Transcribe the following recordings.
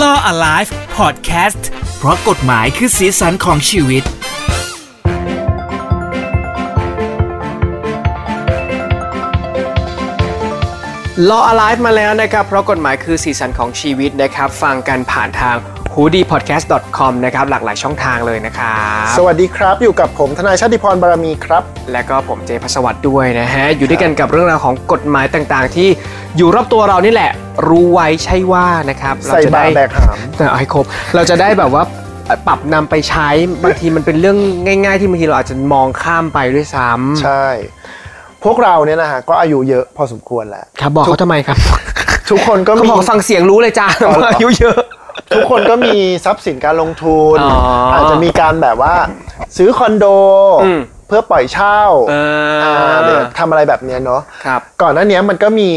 Law Alive Podcast เพราะกฎหมายคือสีสันของชีวิต l a w Alive มาแล้วนะครับ เพราะกฎหมายคือสีสันของชีวิตนะครับ ฟังกันผ่านทาง h o o d i podcast com นะครับ หลากหลายช่องทางเลยนะครับ สวัสดีครับ อยู่กับผมทนายชาติพรบารมีครับ และก็ผมเจพัสวัตด้วยนะฮะ อยู่ด้วยกันกับเรื่องราวของกฎหมายต่างๆ ที่อยู่รอบตัวเรานี่แหละ รู้ไว้ใช่ว่านะครับเร ใส่ จะ บา ได้ ตรแบกหาม แต่ไอ้ครบเราจะได้แบบว่าปรับนำไปใช้บางทีมันเป็นเรื่องง่าย ๆ ที่บางทีเราอาจจะมองข้ามไปด้วยซ้ ใช่ พวกเราเนี่ยนะฮะก็อายุเยอะพอสมควรแล้ว ำครับบอกเขาทำไมครับ ทุกคนก็ เขา มี บอกฟังเสียงรู้เลยจ้า อ๋อเหรอ ว่าอายุเยอะ ทุกคนก็มีทรัพย์สินการลงทุน อ๋ออ อาจจะมีการแบบว่า ซื้อคอนโด อืม เพื่อปล่อยเช่า เอ อ่าหรือ อ ทำอะไรแบบเนี้ยเนาะ ครับ ก่อนหน้าเนี้ยมันก็มี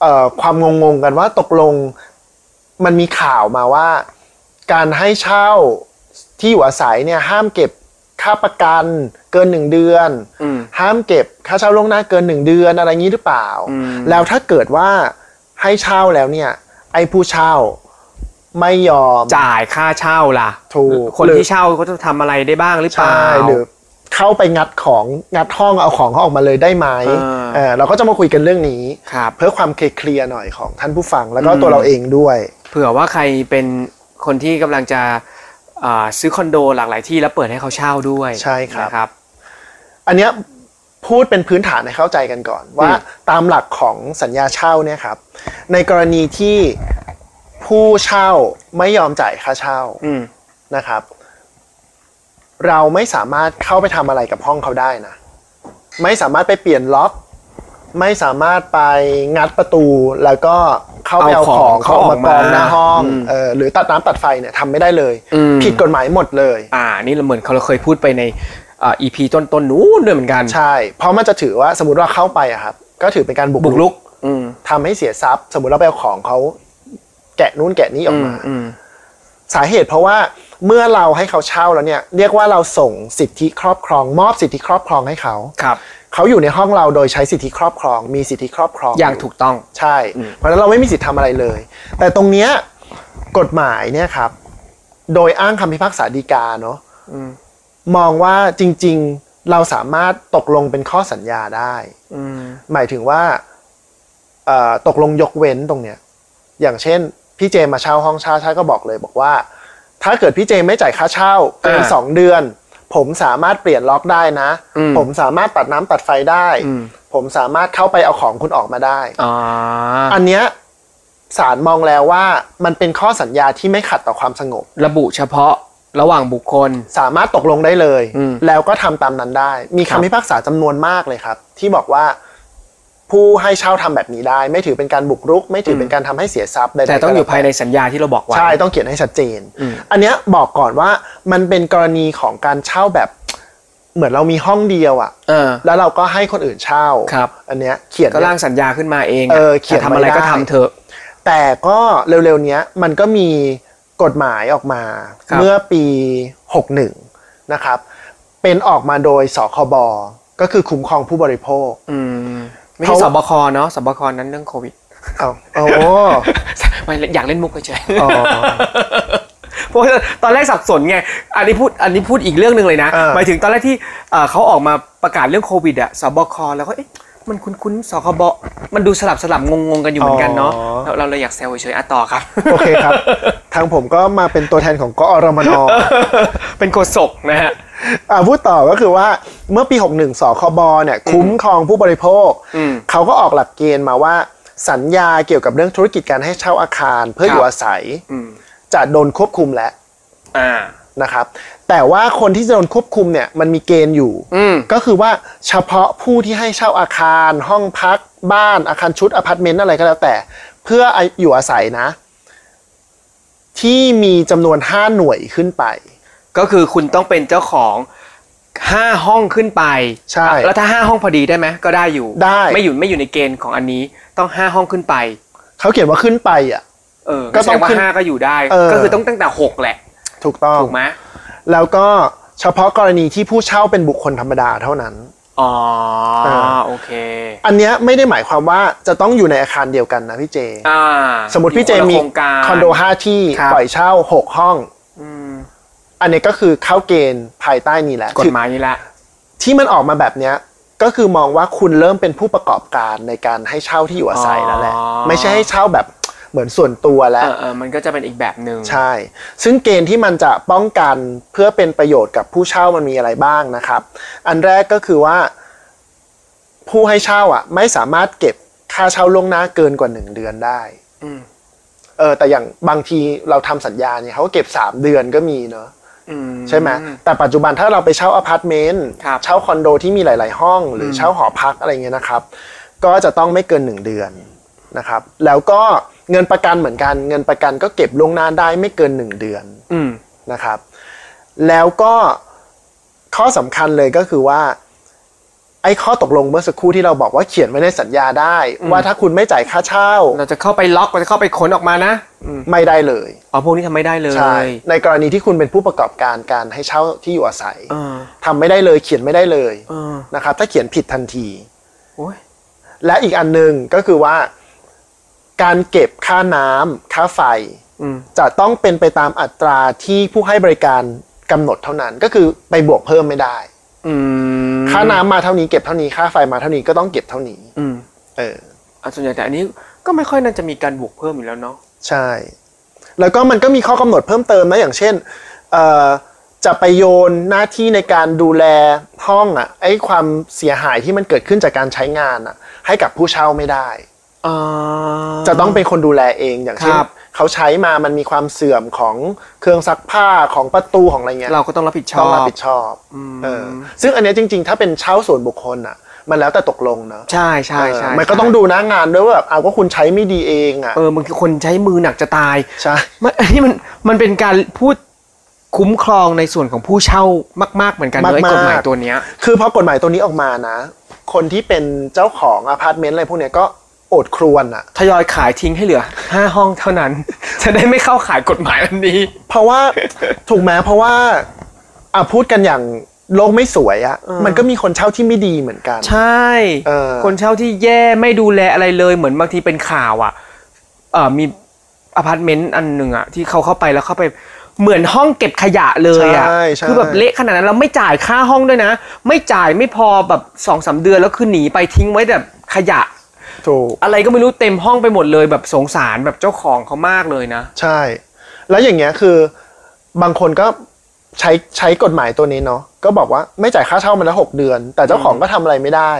เอ่อความงงๆกันว่าตกลงมันมีข่าวมาว่า การให้เช่าที่อยู่อาศัยเนี่ยห้ามเก็บค่าประกันเกินหนึ่งเดือน อืม ห้ามเก็บค่าเช่าล่วงหน้าเกินหนึ่งเดือนอะไรงี้หรือเปล่า อืม แล้วถ้าเกิดว่าให้เช่าแล้วเนี่ย ไอ้ผู้เช่าไม่ยอม จ่ายค่าเช่าล่ะ ถูก คนที่เช่าเขาจะทำอะไรได้บ้างหรือเป ใช่ ล่า หรือเข้าไปงัดของงัดห้องเอาของเขาออกมาเลยได้ไหม เออ เออเราก็จะมาคุยกันเรื่องนี้ ครับ เพื่อความเคลียร์ๆหน่อยของท่านผู้ฟังแล้วก็ อืม ตัวเราเองด้วย เผื่อว่าใครเป็นคนที่กำลังจะอ่าซื้อคอนโดหลากหลายที่แล้วเปิดให้เขาเช่าด้วย ใช่ครับ นะ อันเนี้ยพูดเป็นพื้นฐานให้เข้าใจกันก่อน ว่า อืม ตามหลักของสัญญาเช่าเนี่ยครับ ในกรณีที่ผู้เช่าไม่ยอมจ่ายค่าเช่า อืม นะครับ เราไม่สามารถเข้าไปทำอะไรกับห้องเขาได้นะ ไม่สามารถไปเปลี่ยนล็อก ไม่สามารถไปงัดประตูแล้วก็เข้าไปเอาของเขาออกมากองหน้าห้องเออหรือตัดน้ำตัดไฟเนี่ยทำไม่ได้เลย อืม ผิดกฎหมายหมดเลย อ่า นี่เราเหมือนเขาเราเคยพูดไปในอ่า EP ต้นๆนู้นด้วยเหมือนกัน ใช่ เพราะมันจะถือว่าสมมติว่าเข้าไปอะครับ ก็ถือเป็นการบุ บุกลุก อืม ทำให้เสียทรัพย์ สมมติเราไปเอาของเขาแกะนู้นแกะนี้ออกมา อืม สาเหตุเพราะว่าเมื่อเราให้เขาเช่าแล้วเนี่ย เรียกว่าเราส่งสิทธิครอบครอง มอบสิทธิครอบครองให้เขา ครับ เขาอยู่ในห้องเราโดยใช้สิทธิครอบครอง มีสิทธิครอบครอง อย่างถูกต้อง ใช่ เพราะฉะนั้นเราไม่มีสิทธิ์ทำอะไรเลย แต่ตรงเนี้ยกฎหมายเนี่ยครับ โดยอ้างคำพิพากษาฎีกาเนาะ อืม มองว่าจริงๆเราสามารถตกลงเป็นข้อสัญญาได้ อืม หมายถึงว่าเอ่อตกลงยกเว้นตรงเนี้ย อย่างเช่น พี่เจมาเช่าห้องเช่าช่าก็บอกเลยบอกว่า ถ้าเกิดพี่เจไม่จ่ายค่าเช่าเกิน อ่า สองเดือน ผมสามารถเปลี่ยนล็อกได้นะ อืม ผมสามารถตัดน้ำตัดไฟได้ อืม ผมสามารถเข้าไปเอาของคุณออกมาได้ อ่า อันเนี้ยศาลมองแล้วว่ามันเป็นข้อสัญญาที่ไม่ขัดต่อความสงบ ระบุเฉพาะระหว่างบุคคล สามารถตกลงได้เลย อืม แล้วก็ทำตามนั้นได้ มี ครั คำ บ พิพากษาจำนวนมากเลยครับ ที่บอกว่า ผู้ให้เช่าทำแบบนี้ได้ ไม่ถือเป็นการบุกรุก ไม่ถือเป็นการทำให้เสียทรัพย์ใดๆ แต่ต้องอยู่ ก็ล้ว ภายในสัญญาที่เราบอกไว้ ใช่ต้องเขียนให้ชัดเจน อืม อันเนี้ยบอกก่อนว่ามันเป็นกรณีของการเช่าแบบ เหมือนเรามีห้องเดียวอะ เออ แล้วเราก็ให้คนอื่นเช่า ครับ อันเนี้ยเขียน ก็ร่างสัญญาขึ้นมาเอง เออเขียน จะทำอะไร ไว้ได้ ก็ทำเถอะ แต่ก็เร็วๆเนี้ยมันก็มีกฎหมายออกมา ครับ เมื่อปี 61 นะครับ เป็นออกมาโดยสคบ ก็คือคุ้มครองผู้บริโภค อืม ไม่ใช่ เขา สบคเนาะสบคนั้นเรื่องโควิด เอาโอ้ ไม่อยากเล่นมุกเฉยๆ อ๋อ เพราะว่าตอนแรกสับสนไง อันนี้พูดอันนี้พูดอีกเรื่องหนึ่งเลยนะ เออ หมายถึงตอนแรกที่เอ่อเขาออกมาประกาศเรื่องโควิดอะสบคแล้วก็เอ๊ะมันคุ้นๆสคบมันดูสลับสลับงงงๆกันอยู่เหมือนกันเนาะเราเราเลยอยากแซวเฉยๆอ่ะต่อครับ โอเคครับ ทางผมก็มาเป็นตัวแทนของกอรมน เป็นโฆษกนะฮะ อ่าพูดต่อก็คือว่าเมื่อปี 61 สคบ เนี่ย คุ้มครองผู้บริโภค อืม เขาก็ออกหลักเกณฑ์มาว่าสัญญาเกี่ยวกับเรื่องธุรกิจการให้เช่าอาคาร เพื่อ ครับ อยู่อาศัย อืม จะโดนควบคุมแล้ว อ่า นะครับแต่ว่าคนที่จะโดนควบคุมเนี่ยมันมีเกณฑ์อยู่ อืม ก็คือว่าเฉพาะผู้ที่ให้เช่าอาคาร ห้องพัก บ้านอาคารชุดอพาร์ตเมนต์อะไรก็แล้วแต่ เพื่ออยู่อาศัยนะ ที่มีจำนวน 5 หน่วยขึ้นไป ก็คือคุณต้องเป็นเจ้าของห้าห้องขึ้นไป ใช่ แล้วถ้าห้าห้องพอดีได้ไหมก็ได้อยู่ ได้ ไม่อยู่ไม่อยู่ในเกณฑ์ของอันนี้ต้องห้าห้องขึ้นไป เขาเขียนว่าขึ้นไปอ่ะ เออ ก็ ก็ ต้ ต้อ อง งว่า ขึ้น ห้าก็อยู่ได้ เออ ก็คือต้องตั้งแต่หกแหละ ถูกต้อง ถูกไหม แล้วก็เฉพาะกรณีที่ผู้เช่าเป็นบุคคลธรรมดาเท่านั้น อ๋อ เออ โอเค อันเนี้ยไม่ได้หมายความว่าจะต้องอยู่ในอาคารเดียวกันนะพี่เจ อ่า สมมติพี่เจ อยู่ มี คนละโครงการ คอนโดห้าที่ ครับ ปล่อยเช่าหกห้อง อืม อันนี้ก็คือเข้าเกณฑ์ภายใต้นี้แหละ กฎ ที่ หมายนี่แหละ ที่มันออกมาแบบเนี้ยก็คือมองว่าคุณเริ่มเป็นผู้ประกอบการในการให้เช่าที่อยู่อาศัยแล้วแหละ อ๋อ ไม่ใช่ให้เช่าแบบเหมือนส่วนตัวแล้ เอ ว อเออมันก็จะเป็นอีกแบบหนึ่ง ใช่ ซึ่งเกณฑ์ที่มันจะป้องกันเพื่อเป็นประโยชน์กับผู้เช่ามันมีอะไรบ้างนะครับ อันแรกก็คือว่า ผู้ให้เช่าอ่ะ ไม่สามารถเก็บค่าเช่าล่วงหน้าเกินกว่าหนึ่งเดือนได้ อืม เออ แต่อย่างบางทีเราทำสัญญาเนี่ยเขาก็เก็บสามเดือนก็มีเนอะ อืม ใช่ไหมแต่ปัจจุบันถ้าเราไปเช่าอพาร์ตเมนต์ ครับ เช่าคอนโดที่มีหลาย ๆ ห้อง หรือเช่าหอพักอะไรเงี้ยนะครับ ก็จะต้องไม่เกินหนึ่งเดือนนะครับ แล้วก็เงินประกันเหมือนกัน เงินประกันก็เก็บล่วงหน้าได้ไม่เกินหนึ่งเดือน อืม นะครับแล้วก็ข้อสำคัญเลยก็คือว่า ไอ้ข้อตกลงเมื่อสักครู่ที่เราบอกว่าเขียนไว้ในสัญญาได้ ว่าถ้าคุณไม่จ่ายค่าเช่า เราจะเข้าไปล็อกเราจะเข้าไปขนออกมานะอืม ไม่ได้เลย อ๋อพวกนี้ทำไม่ได้เลย ใช่ในกรณีที่คุณเป็นผู้ประกอบการการให้เช่าที่อยู่อาศัย เออ ทำไม่ได้เลยเขียนไม่ได้เลย เออ นะครับ ถ้าเขียนผิดทันที โอ้ย และอีกอันหนึ่งก็คือว่า การเก็บค่าน้ำค่าไฟ อืม จะต้องเป็นไปตามอัตราที่ผู้ให้บริการกำหนดเท่านั้น ก็คือไปบวกเพิ่มไม่ได้ อืม ค่าน้ำมาเท่านี้เก็บเท่านี้ค่าไฟมาเท่านี้ก็ต้องเก็บเท่านี้ อืม เออ อ่ะส่วนใหญ่แต่อันนี้ก็ไม่ค่อยน่าจะมีการบวกเพิ่มอยู่แล้วเนาะ ใช่ แล้วก็มันก็มีข้อกำหนดเพิ่มเติมนะอย่างเช่นเอ่อจะไปโยนหน้าที่ในการดูแลห้องอ่ะไอ้ความเสียหายที่มันเกิดขึ้นจากการใช้งานอ่ะ ให้กับผู้เช่าไม่ได้ อ่า จะต้องเป็นคนดูแลเองอย่างเช่น ครับ เขาใช้มามันมีความเสื่อมของเครื่องซักผ้าของประตูของอะไรเงี้ย เราก็ต้องรับผิดชอบ ต้องรับผิดชอบเออซึ่งอันเนี้ยจริง ๆ ถ้าเป็นเช่าส่วนบุคคลอ่ะ มันแล้วแต่ตกลงเนอะ ใช่ใช่ใช่ เออมันก็ต้องดูหน้างานด้วยว่าแบบเอาก็คุณใช้ไม่ดีเองอ่ะ เออมันคือคนใช้มือหนักจะตาย ใช่ มัน อันนี้มันมันเป็นการพูดคุ้มครองในส่วนของผู้เช่ามาก ๆ เหมือนกันเลย มากๆ กฎหมายตัวเนี้ย คือพอกฎหมายตัวนี้ออกมานะ คนที่เป็นเจ้าของอพาร์ตเมนต์อะไรพวกเนี้ยก็โอดครวญอ่ะ ทยอยขายทิ้งให้เหลือ 5 ห้องเท่านั้น จะได้ไม่เข้าขายกฎหมายอันนี้ เพ ราะว่า ถูกไหมเพราะว่าอ่ะพูดกันอย่างโลกไม่สวยอ่ะ เออ มันก็มีคนเช่าที่ไม่ดีเหมือนกัน ใช่ เออ คนเช่าที่แย่ไม่ดูแลอะไรเลยเหมือนบางทีเป็นข่าวอ่ะเออมีอพาร์ตเมนต์อันหนึ่งอ่ะที่เขาเข้าไปแล้วเข้าไปเหมือนห้องเก็บขยะเลยอ่ะ ใช่ใช่ คือแบบเละขนาดนั้นเราไม่จ่ายค่าห้องด้วยนะ ไม่จ่ายไม่พอแบบสองสามเดือนแล้วคือหนีไปทิ้งไว้แบบขยะ ถูก อะไรก็ไม่รู้เต็มห้องไปหมดเลยแบบสงสารแบบเจ้าของเขามากเลยนะ ใช่ แล้วอย่างเงี้ยคือบางคนก็ใช้ใช้กฎหมายตัวนี้เนาะก็บอกว่าไม่จ่ายค่าเช่ามันละหกเดือน แต่เจ้าของก็ทำอะไรไม่ได้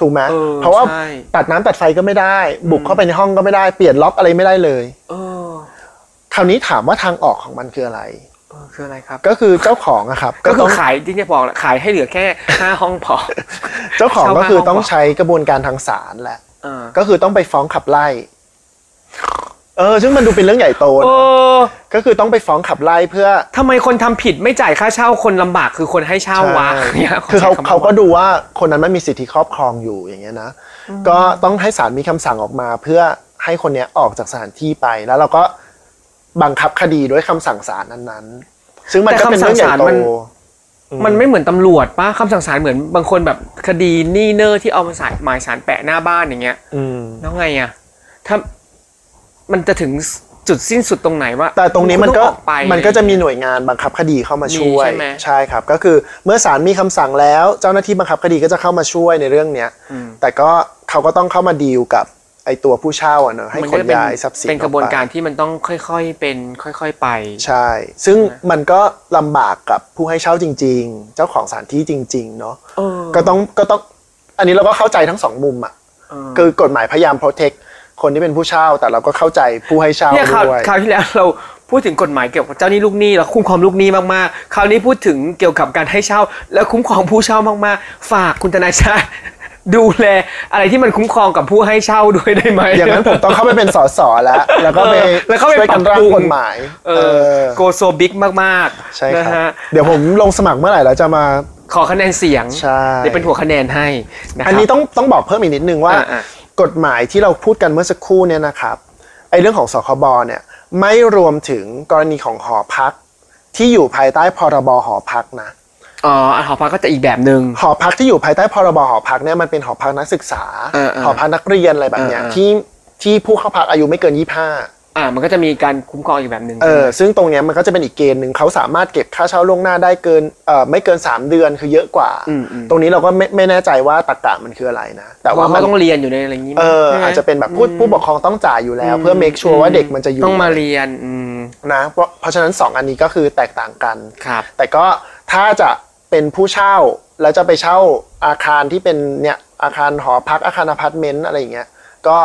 ถูกไหม เออ เพราะว่า ใช่ ตัดน้ำตัดไฟก็ไม่ได้ บุกเข้าไปในห้องก็ไม่ได้เปลี่ยนล็อกอะไรไม่ได้เลย เออ คราวนี้ถามว่าทางออกของมันคืออะไร เออคืออะไรครับ ก็คือเจ้าของอะครับ ก็คื ต้อ อง ขายที่จะบอกแหละขายให้เหลือแค่ ห้าห้องพอ เจ้าของก็คือ เช่าห้าห้อง ต้องใช้กระบวนการทางศาลแหละ เออ ก็คือต้องไปฟ้องขับไล่ เออ ซึ่งมันดูเป็นเรื่องใหญ่โต เอ นะ อ ก็คือต้องไปฟ้องขับไล่เพื่อ ทำไมคนทำผิดไม่จ่ายค่าเช่าคนลำบากคือคนให้เช่าวะนี่ย คือเขา ใช้คำว่ เขาก็ดูว่าคนนั้นไม่มีสิทธิครอบครองอยู่อย่างเงี้ยนะ ก็ต้องให้ศาลมีคำสั่งออกมา เพื่อให้คนเนี้ยออกจากสถานที่ไป แล้วเราก็บังคับคดีด้วยคำสั่งศาลนั้นๆ ซึ่งมันก็เป็นเรื่องใหญ่โต มันไม่เหมือนตำรวจป้าคำสั่งศาลเหมือนบางคนแบบคดีหนี่เนอร์ที่เอามาสายหมายสารแปะหน้าบ้านอย่างเงี้ย อืม แล้วไงอ่ะถ้ามันจะถึงจุดสิ้นสุดตรงไหนว่า แต่ตรงนี้มันก็ คุณออไป มันก็จะมีหน่วยงานบังคับคดีเข้ามาช่วมียใช่ไหม ใช่ครับ ก็คือเมื่อศาลมีคำสั่งแล้ว เจ้าหน้าที่บังคับคดีก็จะเข้ามาช่วยในเรื่องเนี้ย อืม แต่ก็เขาก็ต้องเข้ามาดีลกับไอตัวผู้เช่าอะเนอะให้ มัน ข ก็ น จะเป็น ย้ายทรัพย์สิน เป็นกระบวน ออไป การที่มันต้องค่อยๆเป็นค่อยๆไป ใช่ ซึ่งมันก็ลำบากกับผู้ให้เช่าจริง ๆ เจ้าของสถานที่จริง ๆ เนาะ เออ ก็ต้องก็ต้อง อันนี้เราก็เข้าใจทั้งสองมุมอ่ะ เออ คือกฎหมายพยายาม protect คนที่เป็นผู้เช่า แต่เราก็เข้าใจผู้ให้เช่า เนี่ยคราว ด้วย คราวที่แล้วเราพูดถึงกฎหมายเกี่ยวกับเจ้าหนี้ลูกหนี้แล้วคุ้มครองลูกหนี้มากๆ คราวนี้พูดถึงเกี่ยวกับการให้เช่า และคุ้มครองผู้เช่ามากๆ ฝากคุณทนายชาติ ดูแลอะไรที่มันคุ้มครองกับผู้ให้เช่าด้วยได้ไหม อย่างนั้นผมต้องเข้าไปเป็นสสแล้ว แล้วก็ไป เออแล้วก็ไป ช่วยกันปรัร่าบปรุ ง ง กฎหมาย เอ เอ อ อ โกโซบิ๊กมาก ใช่ ๆนะครับ ฮะ เดี๋ยวผมลงสมัครเมื่อไหร่แล้วจะมา ขอคะแนนเสียง ใช่ เดี๋ยวเป็นหัวคะแนนให้นะครับ อันนี้ต้องต้องบอกเพิ่มอีกนิดนึงว่า อ่าอ่าก ฎหมายที่เราพูดกันเมื่อสักครู่เนี่ยนะครับไอ้เรื่องของสคบเนี่ยไม่รวมถึงกรณีของหอพักที่อยู่ภายใต้พรบหอพักนะ อ๋ออันหอพักก็จะอีกแบบหนึ่ง หอพักที่อยู่ภายใต้พรบหอพักเนี่ยมันเป็นหอพักนักศึกษา เออเออ หอพักนักเรียนอะไรแบบเนี้ย เออเออ ที่ที่ผู้เข้าพักอายุไม่เกิน 25 อ่า มันก็จะมีการคุ้มครองอีกแบบหนึ่ง เออซึ่งตรงเนี้ยมันก็จะเป็นอีกเกณฑ์หนึ่งเขาสามารถเก็บค่าเช่าล่วงหน้าได้เกินเออไม่เกิน 3 เดือนคือเยอะกว่า มอืม ตรงนี้เราก็ไม่ไม่แน่ใจว่าตรกกะมันคืออะไรนะ แต่ แต่ ว่า ว่า มั มัน น ต้องเรียนอยู่ในอะไรอย่างนี้มั้ เอย อ ใช่ไหม อาจจะเป็นแบบผู้ผู้ปกครองต้องจ่ายอยู่แล้ว เพื่อ make sure ว่าเด็กมันจะอยู่ ต้องมาเรียน อืม นะเพราะเพราะฉะนั้น 2 อันนี้ก็คือแตกต่างกัน ครับ แต่ก็ถ้าจะเป็นผู้เช่าแล้วจะไปเช่าอาคารที่เป็นเนี่ยอาคารหอพักอาคารอพาร์ตเมนต์อะไรอย่างเงี้ยก็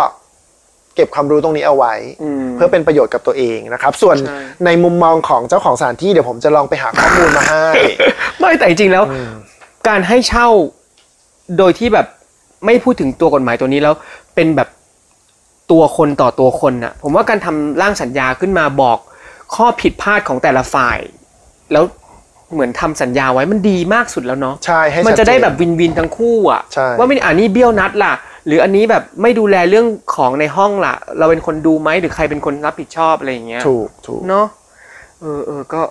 เก็บความรู้ตรงนี้เอาไว้ อืม เพื่อเป็นประโยชน์กับตัวเองนะครับ ส่วน ใช่ ในมุมมองของเจ้าของสถานที่เดี๋ยวผมจะลองไปหาข้อมูลมาให้ ไม่แต่จริงๆแล้ว การให้เช่าโดยที่แบบไม่พูดถึงตัวกฎหมายตัวนี้แล้ว เป็นแบบตัวคนต่อตัวคนน่ะ ผมว่าการทำร่างสัญญาขึ้นมาบอกข้อผิดพลาดของแต่ละฝ่าย แล้วเหมือนทำสัญญาไว้มันดีมากสุดแล้วเนาะ ใช่ให้ มันจะได้ ชัเ แบบวินวินทั้งคู่อ่ะ ใช่ ว่าไม่อันนี้เบี้ยวนัดล่ะ หรืออันนี้แบบไม่ดูแลเรื่องของในห้องล่ะ เราเป็นคนดูไหมหรือใครเป็นคนรับผิดชอบอะไรอย่างเงี้ย ถูกถูก เนาะเออเออก็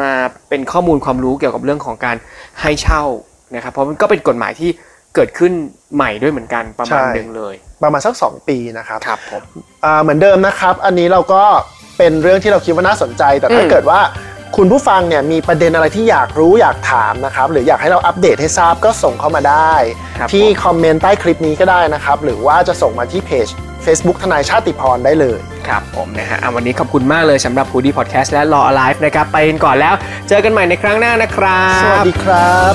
มาเป็นข้อมูลความรู้เกี่ยวกับเรื่องของการให้เช่านะครับเพราะมันก็เป็นกฎหมายที่เกิดขึ้นใหม่ด้วยเหมือนกันประมาณหนึ่งเลย ประมาณสัก 2 ปีนะครับ ครับผม อ่าเหมือนเดิมนะครับ อันนี้เราก็เป็นเรื่องที่เราคิดว่าน่าสนใจ แต่ถ้า อืม เกิดว่าคุณผู้ฟังเนี่ยมีประเด็นอะไรที่อยากรู้อยากถามนะครับ หรืออยากให้เราอัปเดตให้ทราบก็ส่งเข้ามาได้ ครับผที่ม คอมเมนต์ใต้คลิปนี้ก็ได้นะครับ หรือว่าจะส่งมาที่เพจ Facebook ทนายชาติพรได้เลย ครับผมนะฮะอ่ะวันนี้ขอบคุณมากเลยสำหรับ h ูดี้พอดแคสต์และ Law Alive นะครับ ไปกันก่อนแล้ว เจอกันใหม่ในครั้งหน้านะครับ สวัสดีครับ